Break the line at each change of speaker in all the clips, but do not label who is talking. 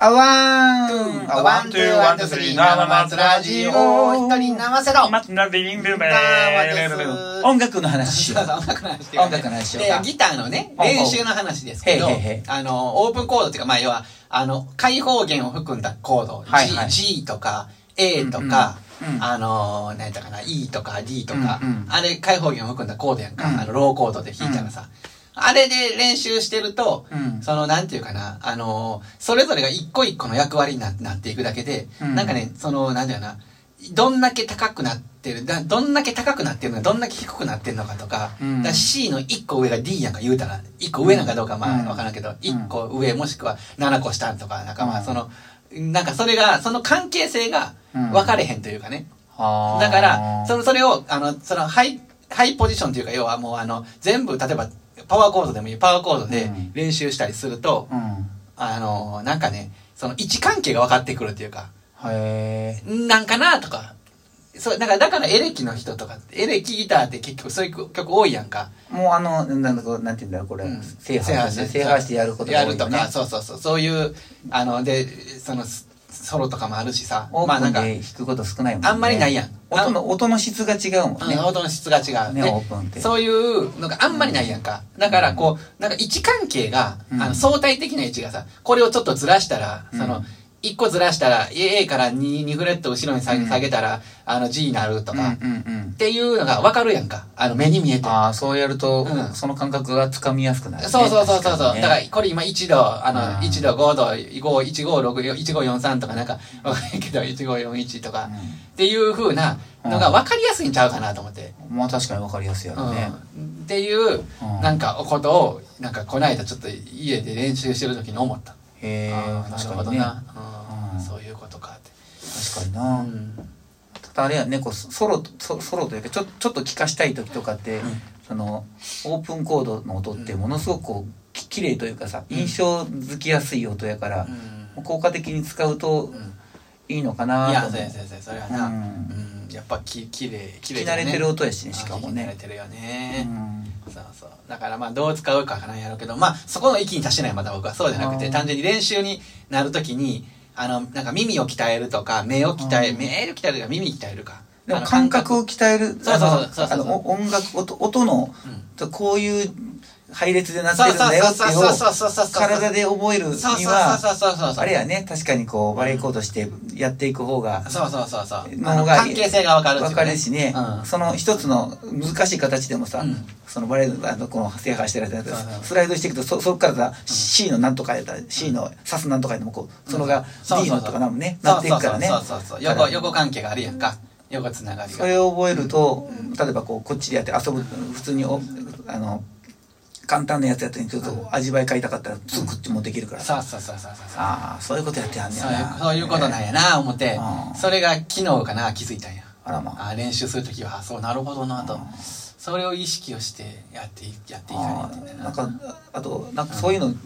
あわーん
あワン、ツー、ワン、ツー、スリー、生松ラジオ。一人生せろ。
松ラビリンブーバ
どうもで
ー
す
音楽の話しよ
そう
う
そう音楽の話っていうか
音楽の話しよう
で
か、
ギターのね、
おうおう
練習の話ですけ
へ
ど
いへいへい、
あの、オープンコードっていうか、まあ、要は、あの、開放弦を含んだコード、
はいはい
G, G とか、A とか、あのー、何やったかな、E とか D とか
うんうん、
あれ、開放弦を含んだコードやんか、
うん
あの、ローコードで弾いたらさ、あれで練習してると、
うん
その、なんていうかな、あのー、それぞれが一個一個の役割にななっていくだけで、
うん
なんかね、その、なんていうかな、どんだけ高くなってる、だどんだけ高くなってるのか、どんだけ低くなってるのかとか、
うん
だ C の1個上が D やんか言うたら、1個上なんかどうかま
うん
あわからんけど、1個上もしくは7個下とか、なんかま
う
あ
ん
その、なんかそれが、その関係性が
うん
分かれへんというかね。
あー
だから、その、それを、あの、その、ハイ、ハイポジションというか、要はもうあの、全部、例えば、パワーコードでもいい、パワーコード
う
で
ん
練習したりすると、
うん。
あの、なんかね、その位置関係が分かってくるというか、
へ
なんかなとか。そう、だから、だからエレキの人とかって、エレキギターって結局そういう曲多いやんか。
ー。もうあの、なんだか、なんて言うんだろう、これ
うん。
制覇して、制覇してやることが
や
多い
ると
よ
か
ね。
そうそうそうそういうあのでそのスソロとかもあるしさ
オ
まあ
ープ
な
ン
んか、
で弾くこと少ないもんね。
あんまりないやん
音の、音の質が違うもんね
うん。音の質が違う、
ね
で
オープンって
そういうのがあんまりないやんか、だからこうなんか位置関係が、
うん
あの相対的な位置がさこれをちょっとずらしたら、
うん
その1個ずらしたら A から 2, 2フレット後ろに下
う
げ,、
ん
下げたらあの G になると
う
か、
んうんうん
っ。ていうのが分かるやんかあの目に見えて
ああ、そうやると
う、ん
その感覚がつかみやすくなるね。
そうそうそうそうそう、
確にね
だからこれ今1度あ
あ
の
ー
1度5度15651543とかなんか わかんないけど1541とか、っていう風なのが分かりやすいんちゃうかなと思って、
うんまあ確かにわかりやすいやろね。
うん、っていう
うん
なんかことをなんかこの間ちょっと家で練習してる時に思った、
へえ
あ、ーなる
確
ほ
か
ど
にね。
な、うん
うん
そういうことかって、
確かに
う
な。
ん
ただあれやねこうソソロソソロというかちょちょっと聞かしたい時とかって、
うん
そのオープンコードの音ってものすごくこうき綺麗というかさ
うん
印象づきやすい音やから、効果的に使うと
うん
いいのか
い
な
や
と
そ
思
うや
う
そうやそうやそれはな、う
うんん
やっぱききれいき
聞
れ
き
い
慣
だよ
れ
ね
てる音やしねしかも
あー聞き慣れ
ね、
てるよ
う
ね、
ん、
そうそうだからまあどう使うかわからんやろうけどまあそこの域に達してないまだ僕はそうじゃなく
あ
て
ー
単純に練習になるときにあのなんか耳を鍛えるとか目を鍛え
うん
目を鍛えるか耳鍛えるか
で
あ
も
の
感覚を鍛える
そうそうそうそうそう
あのあのお音楽音音の
うん
とこういう配列でなって
そう
るん
そう
だよっていうの
そう
を
そうそうそうそうそう
体で覚えるに
そうそう
は
そうそうそうそう
あれやね確かにこうバレエコードしてやっていく方が
そうそうそうそうあ
脳
の
が
関係性がわかるってい
わ
うね
かるしね、
うん
その一つの難しい形でもさ、
うん
そのバレエのあのこの制覇してるやつ
そうそう
スライドしていくとそそこからさ、C のなんとかやったら C の刺すなんとかでもこうそのが
そうそう
D
そう
のとかなんもね
そう
なっていくからね
そうそうそうそう横横関係があるやんか横つながりが
それを覚えると例えばこうこっちでやって遊ぶ普通におあの簡単なやつやったりちょっと味わい買いたかったらすぐこっちもできるからさ、
そうそうそうそうそうそう
ああそういうことやってはんねや
そうい
な
うそういうことなんやな思って
うん
それが昨日かな気づいたんや
あらまあ
あー練習するときはあそうなるほどなと
うん
それを意識をしてやっていやっていか
あ
ないとい
ー
けない
な
なん
かあとなんかそういうの、
うん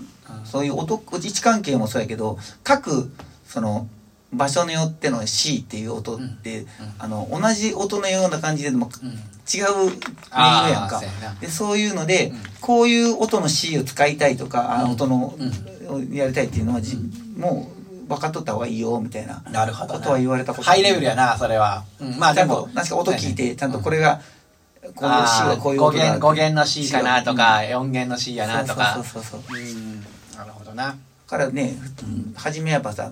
そういう音位置関係もそうやけど各その場所によっての C っていう音って、あの同じ音のような感じでも
うん
違う音色やん
ああ
か
そうやな
でそういうので、
うん
こういう音の C を使いたいとか、あ
うん
音の、
う
やりたいっていうのはじ、もう分かっとった方がいいよみたいな
なるほどな
ことは言われたこと
ハイレベルやなそれはうんまあ
ち
で
ゃんと
も
確か音聞いてちゃんとこ
れ
れが、こういう C はこういう
5
音だ
弦五弦の C かなとか4弦の C やなとか
そうそうそうそう
うんなるほどな
からね、初めやっぱさ、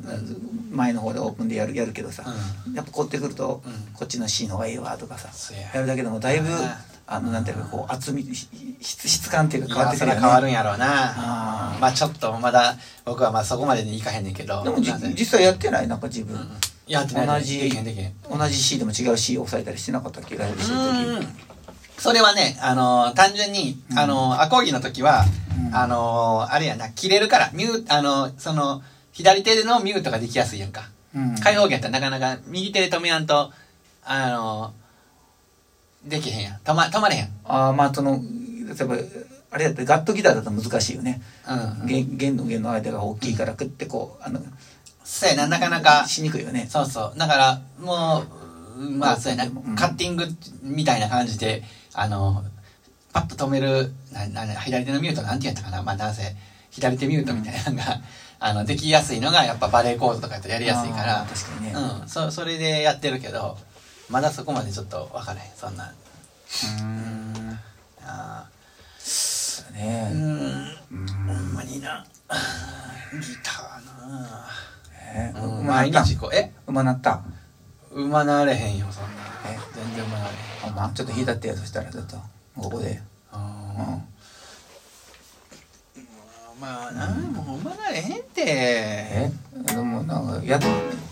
前の方でオープンでやるやるけどさ、
う
やっぱこうやってくると、
うん
こっちの C の方がいいわとかさ
そうや
やるだけでもだいぶ
うん
あのなんていうかこう厚みひ質質感っていうか変わっ
今
てく
さ
るよ
ら
ね
変わるんやろう
あ
な
ー
まあちょっとまだ僕はまあそこまでにいかへんねんけど
でもじ
なんで
実際やってないなんか自分、
うんやってない
同じ
できへんできへん
同じ C でも違う C を押さえたりしてなかったっけライブしてる
う
時
んそれはね、あのー単純に、
うん
あのーアコギの時は、
うん
あのーあれやな、切れるから、ミュー、あのーその、左手でのミュートができやすいやんか。
うん
開放弦ってなかなか右手で止めやんと、あのーできへんやん。止ま、止まれへん。
ああまあその例えばあれだってガットギターだと難しいよね、
うん。
弦弦の弦の間が大きいからくってこうあの
そうやな、なかなか、
しにくいよね
そうそう。だから、もう、うんまあ、そうやな、
うん
カッティングみたいな感じで、あの、パッと止める、ななな左手のミュートなんて言うんやったかな。まあ、なぜ、左手ミュートみたいなのが、あのできやすいのがやっぱバレーコードとかやったらやりやすいか
あ
ら
ー確かにね
うん、そそれでやってるけどまだそこまでちょっと分からへんそんな
うん
あ
そうだ
ーう
ね
んほんまになギターな
え
あ、うん、
うま
毎
なった
日こうえ
うまなった
うまなれへんよそんな
え
全然うまなれへ
ほ
ん
んまちょっと引いたってよそしたらちょっとここでうん
あーまあなんもううまなれへんて
えでもなんかやっ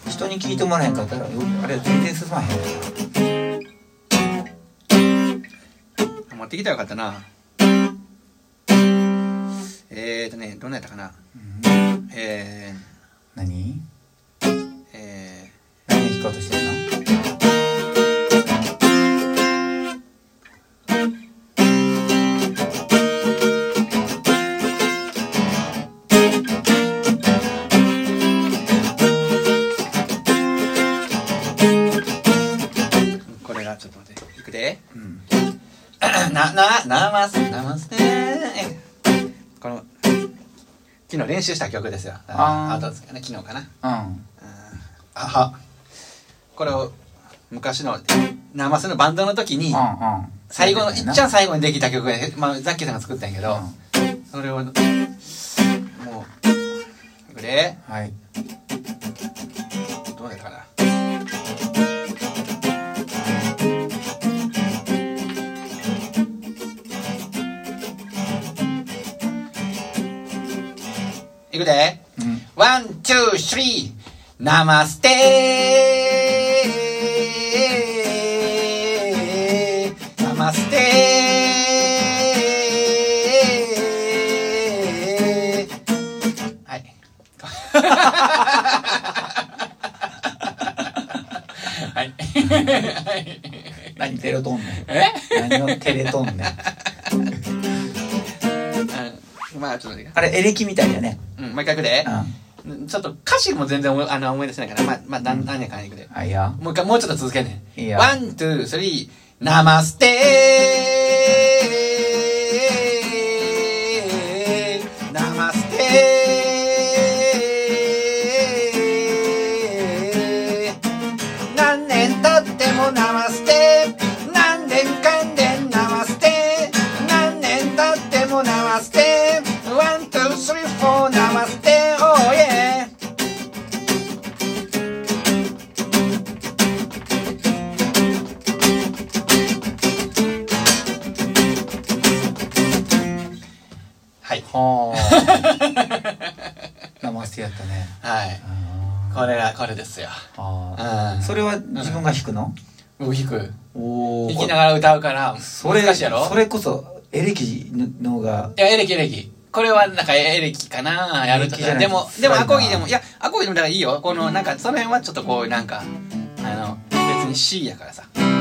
人に聞いてもらえへんかったらよあれ全然進まへんから
持ってきたらよかったなえーとねどんなやったかな
うん
え
何
ー、え
何弾こうとしてるの
ー、これがちょっと待っていくで
うん
なななますなますねこの昨日練習した曲ですよ
あー
とですかね昨日かなうん
うん
あはこれを昔のなますのバンドの時に、
うんうん
最後の、い
そうだよな
っちゃん最後にできた曲や、まあ、ザッキーさんが作ったんやけど、それを、もう、これ、
うんはい
どうやったかな。いくで。
うん
ワン、ツー、スリー、ナマステーナマステー はい。はい。はい。
何テレとんねん
え
何をテレとんねん
うんまあ、ちょっと待って
あれエレキみたいだね
うん、もう一回いくで
う。ん
ちょっと歌詞も全然思いあの思い出せないから、まあ、まあ、なんなんやかんやいくで。
はいや
もう一回、もうちょっと続けんね
いい
ん。
よ
ワン、ツー、スリー、ナマステーナマステー何年経ってもナマステ何年間でナマステ何年経ってもナマステワン、ツー、スリー、フォー、ナマステオーイェーはい。
はあ生捨てやったね
はい。
あ
これがこれですよ。
ーあー
うん。
それは自分が弾くの
僕弾く。
お
弾きながら歌うから、
それ
難しいやろ
それこそエレキの方が
いや、エレキエレキ。これはなんかエレキかなやると
エレキじゃ
か。
ない
でも、
辛い
でも
な
アコギでも、いや、アコギでもだからいいよ。この、なんか、その辺はちょっとこう、なんか、あの、別に C やからさ。うん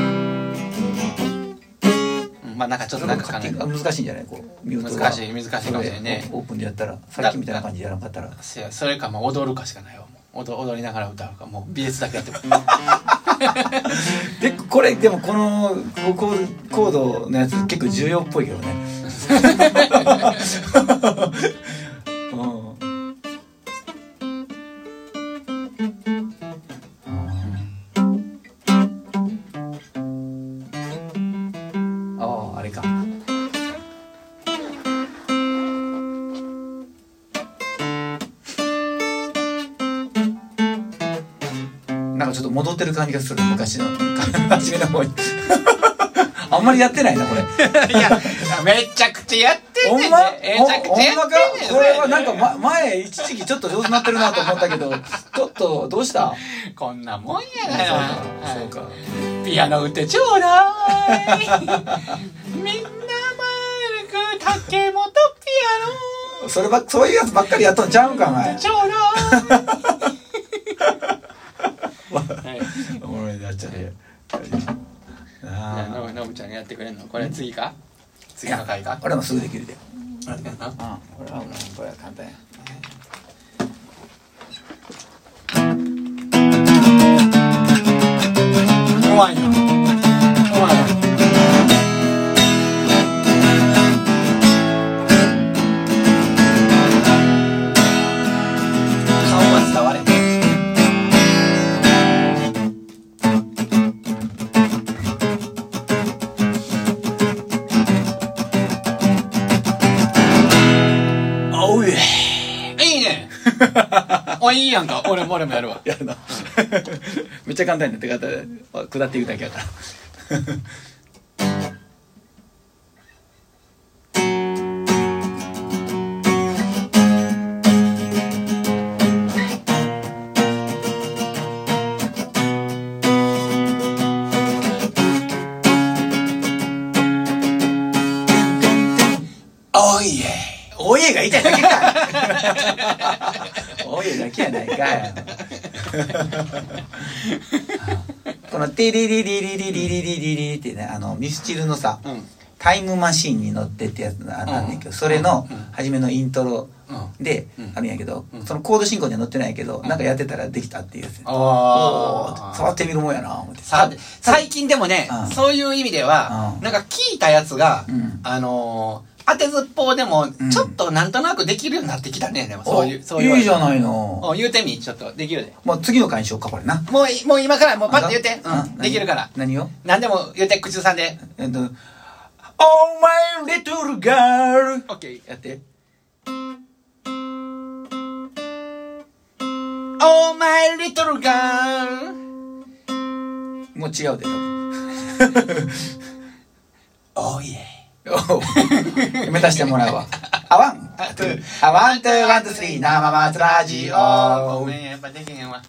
まあなんかちょっとなんか
カ
か
ッテ
な
ィングあ難しいんじゃないこうミュートが
難しい難しいかもしれないね
そオープンでやったらさっきみたいな感じでやらなかったら
せやそれかもう踊るかしかないよ。もう踊踊りながら歌うか、もう美術だけ やっても。
でこれでもこのコードコードのやつ結構重要っぽいけどねうんあああれかなんかちょっと戻ってる感じがする昔の 初めの方にあんまりやってないなこれ
いや、めちゃくちゃやってん
ほ
ね
ん
ん
ま
ね。めちゃくちゃや
ほんまか
ってんねん。
これはなんか、
それ
ま、前一時期ちょっと上手になってるなと思ったけど ちょっとどうした
こんなもん
そう
や
か
な。
そうか
ピアノ打ってちょう だいみんな丸く竹本ピ
そればそういうやつばっかりやっとんちゃうんかお
アノ
前
ちょうだ い
おもろいなっちゃう
のぶのぶちゃんがやってくれんのこれ次か次の回か
俺もすぐできるで
あれかな
あ俺はもうこれは簡単や
うまいなうまいな
「
おいいいやんか俺も俺もやるわ
やるの めっちゃ簡単になって方下っていくだけやからおいえおいえが言いたいだけかおいえだけやないかいこの「テリリリリリリリリリリ」ってねあのミスチルのさ
うん
「タイムマシンに乗って」ってやつななんだけどそれの
うん
初めのイントロ
うん
で
うん
あるんやけど
うん
そのコード進行には載ってないけどなんかやってたらできたっていうやつお
あ
ー
あ
触ってみるもんやな思って
さ最近でもね、
うん
そういう意味では、
うん
なんか聞いたやつが、
うん
あのー当てずっぽうでも
うん、
ちょっとなんとなくできるようになってきたね、でも
お
そういう、そういう。
いじゃない
お
の
言うてみ、ちょっと、できるで。
もう次の回にしようかこれな
もうい、もう今から、もうパッと言って、
あ
うん、
何
できるから。
何を
何でも言って、口ずさんで。
えっと「Oh my little girl」
オッケー。
やって。
Oh my little girl!
もう違うで、多 分。
Oh yeah!
おう目指してもらうわ。あわん。あワン、ツー、ワン、ツー、スリー、生松ラジオ。
ごめん、やっぱできへんわ。